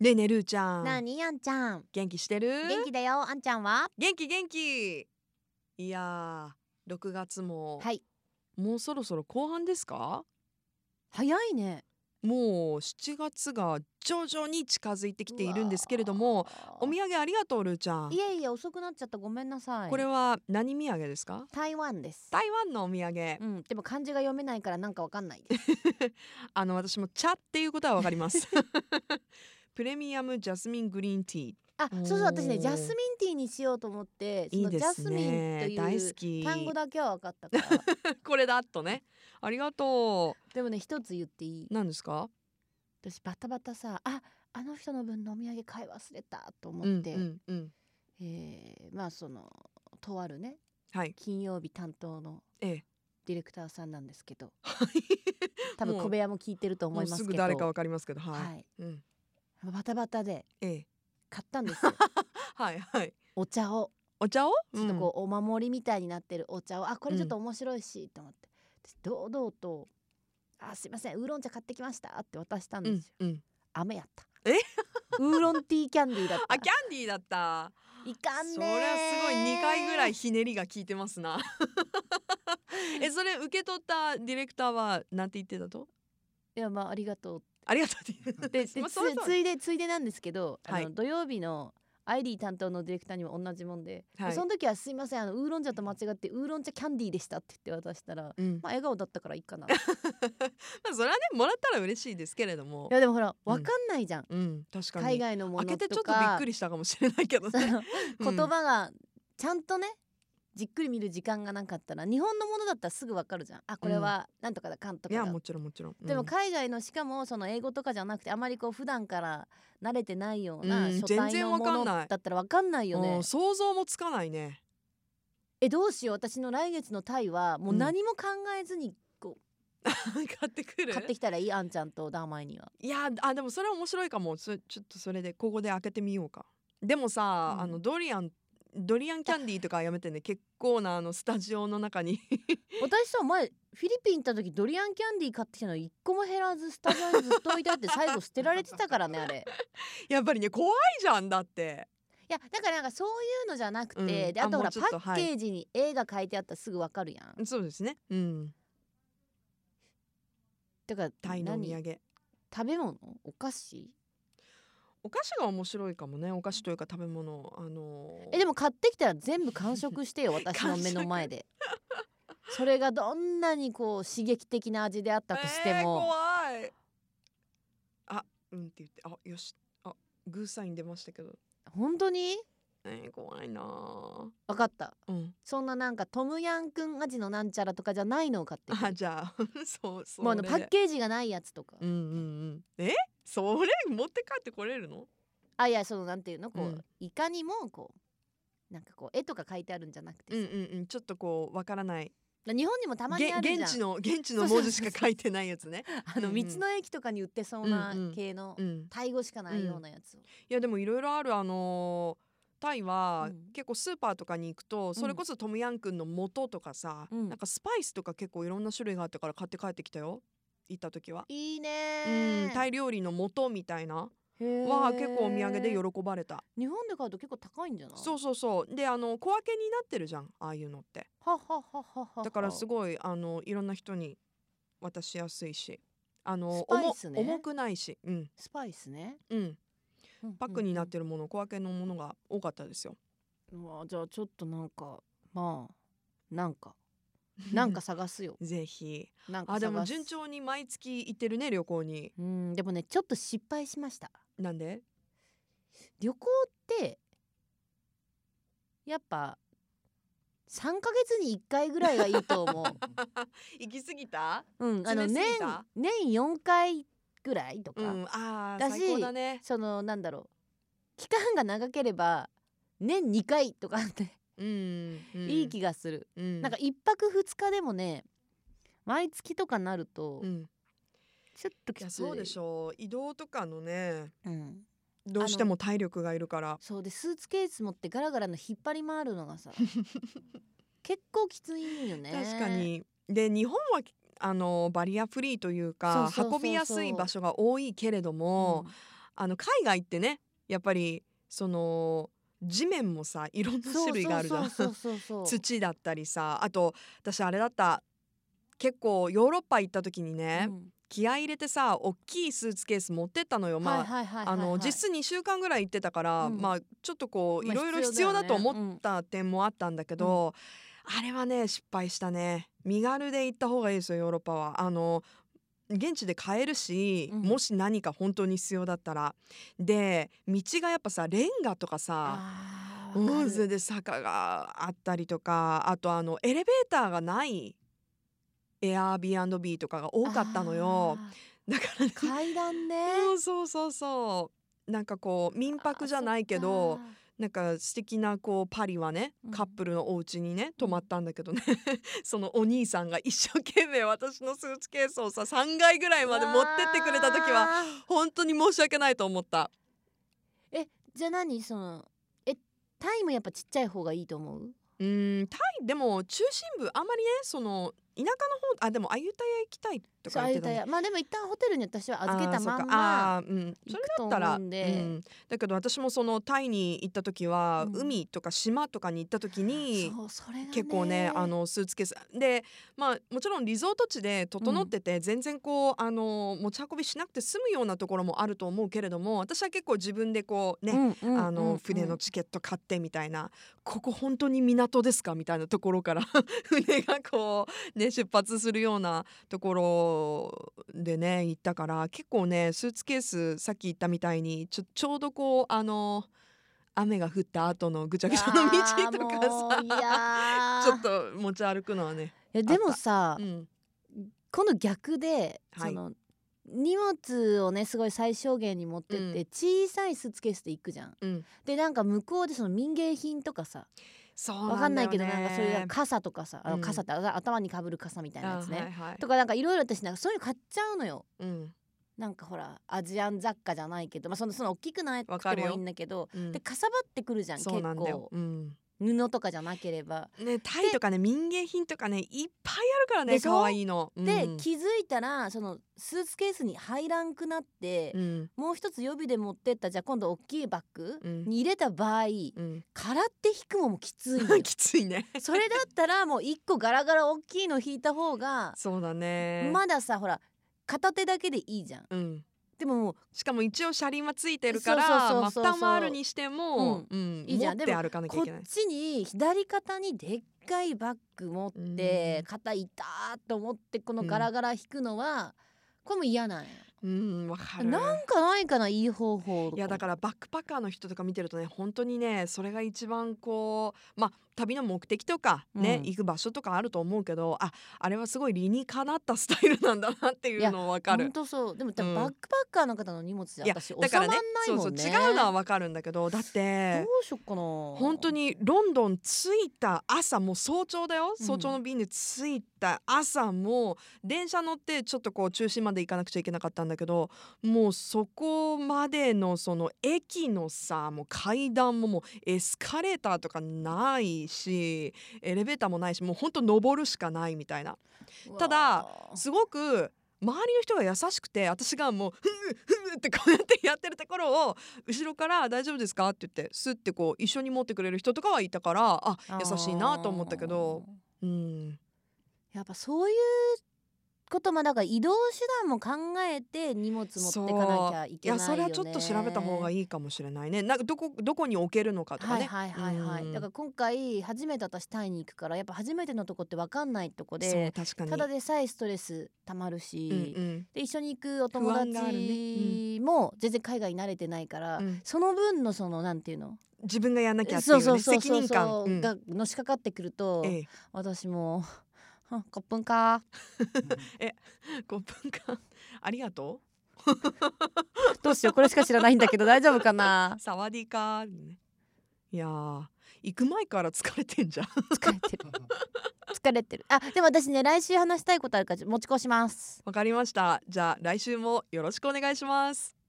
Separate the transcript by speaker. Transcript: Speaker 1: ねえねえるーちゃん
Speaker 2: なあにあんちゃん
Speaker 1: 元気してる
Speaker 2: 元気だよあんちゃんは
Speaker 1: 元気元気いやー6月も、
Speaker 2: はい
Speaker 1: もうそろそろ後半ですか
Speaker 2: 早いね
Speaker 1: もう7月が徐々に近づいてきているんですけれどもお土産ありがとうるーちゃん
Speaker 2: いえいえ遅くなっちゃったごめんなさい
Speaker 1: これは何土産ですか
Speaker 2: 台湾です
Speaker 1: 台湾のお土産
Speaker 2: うんでも漢字が読めないからなんかわかんないです
Speaker 1: あの私も茶っていうことはわかります プレミアムジャスミングリーンティー
Speaker 2: あそうそう
Speaker 1: おー
Speaker 2: 私ねジャスミンティーにしようと思ってそ
Speaker 1: いい
Speaker 2: のジ
Speaker 1: で
Speaker 2: ャ
Speaker 1: す
Speaker 2: スミンと
Speaker 1: ね大
Speaker 2: い
Speaker 1: 好
Speaker 2: う
Speaker 1: き
Speaker 2: 単語だけは分かったから
Speaker 1: これだとねありがと
Speaker 2: でもね一つ言っていいう
Speaker 1: 何ですか
Speaker 2: 私バタバタさああの人の分のお土産買い忘れたと
Speaker 1: うん
Speaker 2: 思
Speaker 1: う
Speaker 2: って、
Speaker 1: んうん
Speaker 2: えーまあそのとあるね
Speaker 1: はい
Speaker 2: 金曜日担当の
Speaker 1: ええ
Speaker 2: ディレクターさんなんですけ ど
Speaker 1: はい
Speaker 2: 多分
Speaker 1: もう
Speaker 2: 小部屋も聞いてると思います
Speaker 1: もう
Speaker 2: け
Speaker 1: す
Speaker 2: ど
Speaker 1: ぐ誰かわかりますけどはい、
Speaker 2: はい
Speaker 1: うん
Speaker 2: バタバタで
Speaker 1: ええ、
Speaker 2: 買った んですよ
Speaker 1: はいはい
Speaker 2: お茶を
Speaker 1: お茶を
Speaker 2: ちょっとこうお守りみたいになってるお茶をあこれちょっと面白いしと思って、堂々と「あすいませんウーロン茶買ってきました」って渡したん
Speaker 1: うん、う
Speaker 2: で
Speaker 1: ん
Speaker 2: すよ、
Speaker 1: うん、
Speaker 2: 雨やった
Speaker 1: え
Speaker 2: ウーロンティーキャンディーだった
Speaker 1: あキャンディーだった
Speaker 2: いかんねー
Speaker 1: それはすごい2回ぐらいひねりが効いてます なえそれ受け取ったディレクターはなんて言ってたと
Speaker 2: いやまあありがとう
Speaker 1: ありがとうって言って
Speaker 2: でで
Speaker 1: まあ
Speaker 2: つ
Speaker 1: それと
Speaker 2: ついでついでなんですけど、
Speaker 1: はい
Speaker 2: あの土曜日の ID 担当のディレクターにも同じもんで、
Speaker 1: はい
Speaker 2: その時は「すいませんあのウーロン茶と間違ってウーロン茶キャンディーでした」って言って渡したら、ま
Speaker 1: うん、ま
Speaker 2: あ、笑顔だったからいいかない
Speaker 1: あ それはねもらったら嬉しいですけれども
Speaker 2: やでもほら分かんないじゃん、
Speaker 1: うん確か
Speaker 2: 海
Speaker 1: に
Speaker 2: 外のも
Speaker 1: 開
Speaker 2: の
Speaker 1: けてちょ
Speaker 2: と
Speaker 1: っとびっ
Speaker 2: か
Speaker 1: くりしたかもしれないけど
Speaker 2: そ
Speaker 1: ね
Speaker 2: の
Speaker 1: うん
Speaker 2: 言葉がちゃんとねじっくり見る時間がなかったら日本のものだったらすぐ分かるじゃんあこれはなんとかだかんと
Speaker 1: い
Speaker 2: かだ
Speaker 1: やもちろんもちろん
Speaker 2: で
Speaker 1: う
Speaker 2: も
Speaker 1: ん
Speaker 2: 海外のしかもその英語とかじゃなくてあまりこう普段から慣れてないような
Speaker 1: うん
Speaker 2: 書体の
Speaker 1: 全
Speaker 2: も
Speaker 1: 然わか
Speaker 2: の
Speaker 1: んない
Speaker 2: だったらわかんないよね、
Speaker 1: うん想像もつかないね
Speaker 2: えどうしよう私の来月のタイはもううん何も考えずに
Speaker 1: 買ってくる
Speaker 2: 買ってきたらいい、あんちゃんとダーマイにはい
Speaker 1: やあでもそれ面白いかもそちょっとそれでここで開けてみようかでもさ、
Speaker 2: うん
Speaker 1: あのドリアンドリアンキャンディーとかやめてね結構なあのスタジオの中に
Speaker 2: 私さ前フィリピン行った時ドリアンキャンディー買ってきたの一個も減らずスタジオにずっと置いてあって最後捨てられてたからねあ れ
Speaker 1: やっぱりね怖いじゃんだって
Speaker 2: いやだからなんかそういうのじゃなくて、
Speaker 1: うん
Speaker 2: であ
Speaker 1: あ
Speaker 2: とほ
Speaker 1: もう
Speaker 2: ら
Speaker 1: ち
Speaker 2: パ
Speaker 1: ょっと
Speaker 2: ッケージに絵が書いてあったらすぐわかるやん、
Speaker 1: そうですねうん
Speaker 2: だから
Speaker 1: タイのお土産
Speaker 2: 食べ物お菓子
Speaker 1: お菓子が面白いかもねお菓子というか食べ物あのー
Speaker 2: えでも買ってきたら全部完食して よ私の目の前でそれがどんなにこう刺激的な味であったとして
Speaker 1: えー
Speaker 2: も、
Speaker 1: 怖いあうんって言ってあよしあグーサイン出ましたけど
Speaker 2: 本当に
Speaker 1: えー、怖いなあ
Speaker 2: 分かった
Speaker 1: うん
Speaker 2: そんななんかトムヤンくん味のなんちゃらとかじゃないのを買ってくる
Speaker 1: あじゃあ そうそう
Speaker 2: もうあのパッケージがないやつとか、
Speaker 1: うんうんうん。え、それ持って帰ってこれるの？
Speaker 2: あいやそのなんていうのこう、
Speaker 1: うん
Speaker 2: いかにもこうなんかこう絵とか書いてあるんじゃなくて
Speaker 1: うん
Speaker 2: さ
Speaker 1: うんうん。ちょっとこうわからない。
Speaker 2: 日本にもたまに
Speaker 1: げ
Speaker 2: あるじゃん
Speaker 1: 現地の 現地の文字しか書いてないやつね。
Speaker 2: あの
Speaker 1: うんうん
Speaker 2: 道の駅とかに売ってそうな
Speaker 1: うんうん
Speaker 2: 系の
Speaker 1: うん。
Speaker 2: タイ語しかないようなやつを、
Speaker 1: いやでもいろいろあるあのータイは
Speaker 2: うん
Speaker 1: 結構スーパーとかに行くとそれこそトムヤンクンの素とかさ、
Speaker 2: うん
Speaker 1: なんかスパイスとか結構いろんな種類があったから買って帰ってきたよ行った時は、
Speaker 2: いいね
Speaker 1: うん、
Speaker 2: ー
Speaker 1: タイ料理の素みたいな
Speaker 2: へー
Speaker 1: は結構お土産で喜ばれた
Speaker 2: 日本で買うと結構高いんじゃない
Speaker 1: そうそうそうであの小分けになってるじゃんああいうのって
Speaker 2: ははははは
Speaker 1: だからす
Speaker 2: ご
Speaker 1: ごいあのいろんな人に渡しやすいしあの
Speaker 2: ス、パイスね
Speaker 1: 重重くないし、うん
Speaker 2: スパイスね
Speaker 1: うん、パックになっ
Speaker 2: る、
Speaker 1: てるもの小分けのものが多かったですよ。
Speaker 2: うんうんうわじゃあちょっとなんかまあなんかなんか探すよ
Speaker 1: ぜひ
Speaker 2: なんか
Speaker 1: あ
Speaker 2: 探す
Speaker 1: でも順調に毎月行ってるね旅行に。
Speaker 2: うんでもねちょっと失敗しました
Speaker 1: なんで
Speaker 2: 旅行ってやっぱ三ヶ月に一回ぐらいはいいと思
Speaker 1: 行き過ぎた、
Speaker 2: ううんあの
Speaker 1: 詰
Speaker 2: 年
Speaker 1: めすぎた
Speaker 2: 年四回ぐらいとか、
Speaker 1: うん、あー
Speaker 2: だし
Speaker 1: 最高だね。
Speaker 2: そのなんだろう期間が長ければ年2回とかって、
Speaker 1: うんうん、
Speaker 2: いい気がする、
Speaker 1: うん、
Speaker 2: なんか1泊2日でもね毎月とかなると
Speaker 1: うん、
Speaker 2: ちょっと
Speaker 1: い
Speaker 2: き
Speaker 1: や
Speaker 2: つい,、
Speaker 1: そうでしょう移動とかのね
Speaker 2: うん、
Speaker 1: どうしても体力がいるから
Speaker 2: そうでスーツケース持ってガラガラの引っ張り回るの がさ結構きついんよね
Speaker 1: 確かにで日本はあのバリアフリーというか
Speaker 2: そうそうそうそう
Speaker 1: 運びやすい場所が多いけれども、あの海外ってねやっぱりその地面もさいろんな種類があるじゃん
Speaker 2: そうそうそうそ う
Speaker 1: 土だったりさあと私あれだった結構ヨーロッパ行った時にね、気合い入れてさ大きいスーツケース持ってったのよまあ、あの実質2週間ぐらい行ってたから、
Speaker 2: うん
Speaker 1: まあちょっとこうい
Speaker 2: まあ
Speaker 1: ろいろ必
Speaker 2: 必
Speaker 1: 要
Speaker 2: 要だよ
Speaker 1: だ
Speaker 2: ね
Speaker 1: と思った点もあったんだけど、あれはね失敗したね身軽で行った方がいいですよヨーロッパは。あの現地で買えるし、
Speaker 2: うん
Speaker 1: もし何か本当に必要だったらで道がやっぱさレンガとかさ
Speaker 2: あーわか
Speaker 1: うん
Speaker 2: る
Speaker 1: それで坂があったりとかあとあのエレベーターがないエアー B&B とかが多かったのよ
Speaker 2: あ
Speaker 1: だからね
Speaker 2: ー階段ね
Speaker 1: うんそうそうそうなんかこう民泊じゃないけどなんか素敵なこうパリはね
Speaker 2: うん
Speaker 1: カップルのお家にね泊まったんだけどね そのお兄さんが一生懸命私のスーツケースをさ3階ぐらいまで持ってってくれた時は
Speaker 2: は
Speaker 1: 本当に申し訳ないと思った
Speaker 2: じゃあ何そのえタイムやっぱちっちゃい方がいいと思う
Speaker 1: うーんタイでも中心部あんまりねその田舎の方あでもアユタヤ行きたいと
Speaker 2: そ
Speaker 1: か
Speaker 2: う
Speaker 1: 言っ
Speaker 2: あゆ
Speaker 1: てた
Speaker 2: た
Speaker 1: ね
Speaker 2: やまあでも一旦ホテルに私は預け
Speaker 1: あ
Speaker 2: た
Speaker 1: ーそっ
Speaker 2: ま
Speaker 1: か
Speaker 2: んま
Speaker 1: あーうんそ
Speaker 2: 行
Speaker 1: れ
Speaker 2: く
Speaker 1: だ
Speaker 2: と
Speaker 1: ったら
Speaker 2: 思うんで
Speaker 1: うんだけど私もそのタイに行った時は、
Speaker 2: うん
Speaker 1: 海とか島とかに行った時に
Speaker 2: そうそれがね
Speaker 1: 結構ねあのスーツケースでまあもちろんリゾート地で整ってて、全然こうあの持ち運びしなくて済むようなところもあると思うけれども私は結構自分でこうね、
Speaker 2: うんうんうんうん
Speaker 1: あの船のチケット買ってみたいな、ここ本当に港ですかみたいなところから 船がこう、ね、出発するようなところでね行ったから結構ねスーツケースさっき言ったみたいにちょちょうどこうあの雨が降った後のぐちゃぐちゃの道と
Speaker 2: いや
Speaker 1: かさ
Speaker 2: ー
Speaker 1: ちょっと持ち歩くのはね。
Speaker 2: いやでもさ、
Speaker 1: うん
Speaker 2: 今度逆で、
Speaker 1: はい
Speaker 2: その荷物をねすごい最小限に持ってって、
Speaker 1: う
Speaker 2: 小さいスーツケースで行くじゃん。
Speaker 1: うん
Speaker 2: でなんか向こうでその民芸品とかさ
Speaker 1: そう
Speaker 2: わかんないけどなんかそうい
Speaker 1: か
Speaker 2: う傘とかさ、あの
Speaker 1: うん
Speaker 2: 傘ってあ頭にかぶる傘みたいなやつね、
Speaker 1: はいはい
Speaker 2: とかなんかいろいろ私なんかそういうの買っちゃうのよ。
Speaker 1: うん
Speaker 2: なんかほらアジアン雑貨じゃないけど、まあ、そのその大きくない
Speaker 1: わ
Speaker 2: く
Speaker 1: か
Speaker 2: て
Speaker 1: る
Speaker 2: も
Speaker 1: よ
Speaker 2: いいんだけど
Speaker 1: うん
Speaker 2: でかさばってくるじゃん
Speaker 1: そうなんだ
Speaker 2: 結
Speaker 1: よ
Speaker 2: 構、
Speaker 1: うん
Speaker 2: 布とかじゃなければ。
Speaker 1: ね、タイとかね民芸品とかねいっぱいあるからね
Speaker 2: でしょ
Speaker 1: 可愛いの。うん
Speaker 2: で、気づいたらそのスーツケースに入らんくなって、
Speaker 1: うん
Speaker 2: もう一つ予備で持ってったじゃあ今度大きいバッグ
Speaker 1: うん
Speaker 2: に入れた場合、
Speaker 1: うん、
Speaker 2: 空手引くのもきついのよ
Speaker 1: きついね。
Speaker 2: それだったらもう一個ガラガラ大きいの引いた方が
Speaker 1: そうだね。
Speaker 2: まださほら片手だけでいいじゃん
Speaker 1: うん、
Speaker 2: でももう
Speaker 1: しかも一応車輪はついてるから
Speaker 2: そう
Speaker 1: ま
Speaker 2: そ
Speaker 1: あ
Speaker 2: うそうそう
Speaker 1: 負担はあるにしても、うん
Speaker 2: いいじゃん
Speaker 1: 持って歩かなきゃい
Speaker 2: こっ
Speaker 1: けない。
Speaker 2: ちに左肩にでっかいバッグ持っ
Speaker 1: う
Speaker 2: て
Speaker 1: ん
Speaker 2: 肩痛ーと思ってこのガラガラ引くのはこれも嫌なんよ
Speaker 1: うんわかる。
Speaker 2: なんかないかないい方法
Speaker 1: いやだからバックパッカーの人とか見てるとね本当にねそれが一番こうまあ旅の目的とかね、
Speaker 2: うん
Speaker 1: 行く場所とかあると思うけどああれはすごい理にかなったスタイルなんだなっていうのわか
Speaker 2: ほ
Speaker 1: る
Speaker 2: ん。とそうでも多
Speaker 1: う
Speaker 2: 分
Speaker 1: ん
Speaker 2: バックパッカーの方の荷物じゃ
Speaker 1: いや
Speaker 2: 私収ま
Speaker 1: だ
Speaker 2: ん
Speaker 1: か
Speaker 2: な
Speaker 1: らね
Speaker 2: い
Speaker 1: そう
Speaker 2: も
Speaker 1: そうん
Speaker 2: ね
Speaker 1: 違うのはわかるんだけどだって
Speaker 2: どうしよっかな
Speaker 1: 本当にロンドン着いた朝もう早朝だよ
Speaker 2: うん
Speaker 1: 早朝の便で着いた朝もう電車乗ってちょっとこう中心まで行かなくちゃいけなかったんだけどもうそこまでのその駅のさもう階段ももうエスカレーターとかないしエレベーターもないしもうほんと登るしかないみたいな
Speaker 2: うわー
Speaker 1: ただすごく周りの人が優しくて私がもう「ふうふう」ってこうやってやってるところを後ろから「大丈夫ですか?」って言ってスッてこう一緒に持ってくれる人とかはいたからあ優しいなと思ったけどうん
Speaker 2: やっぱそういうこともだから移動手段も考えて荷物持ってかなきゃい
Speaker 1: い
Speaker 2: けないよ
Speaker 1: やそ
Speaker 2: ね
Speaker 1: れはちょっと調べた方が
Speaker 2: い
Speaker 1: いいかもしれないねなんかどこどこに置けるのかとか
Speaker 2: はい
Speaker 1: ね。
Speaker 2: はいはいはい、
Speaker 1: うん
Speaker 2: だから今回初めて私タイに行くからやっぱ初めてのとこって分かんないとこ
Speaker 1: そう
Speaker 2: で
Speaker 1: 確かに
Speaker 2: ただでさえストレスたまるし、
Speaker 1: うん
Speaker 2: で一緒に行くお友
Speaker 1: 不安があるね
Speaker 2: 達も全然海外に慣れてないから、
Speaker 1: うんうん
Speaker 2: その分のそのなんていうの
Speaker 1: 自分がやんなきゃってい
Speaker 2: そううそう
Speaker 1: ね
Speaker 2: そう
Speaker 1: 責
Speaker 2: そう
Speaker 1: 任感
Speaker 2: そう
Speaker 1: うん
Speaker 2: がのしかかってくると、
Speaker 1: え
Speaker 2: 私も「あコップ ンか
Speaker 1: え5分間 ありがと
Speaker 2: どうしようこれしか知らないんだけど大丈夫かな
Speaker 1: う」サワディーカーねいやー行く前から疲れてんじゃん
Speaker 2: 疲れてる疲れてるあでも私ね来週話したいことあるから持ち越します
Speaker 1: わかりました。じゃあ来週もよろしくお願いします。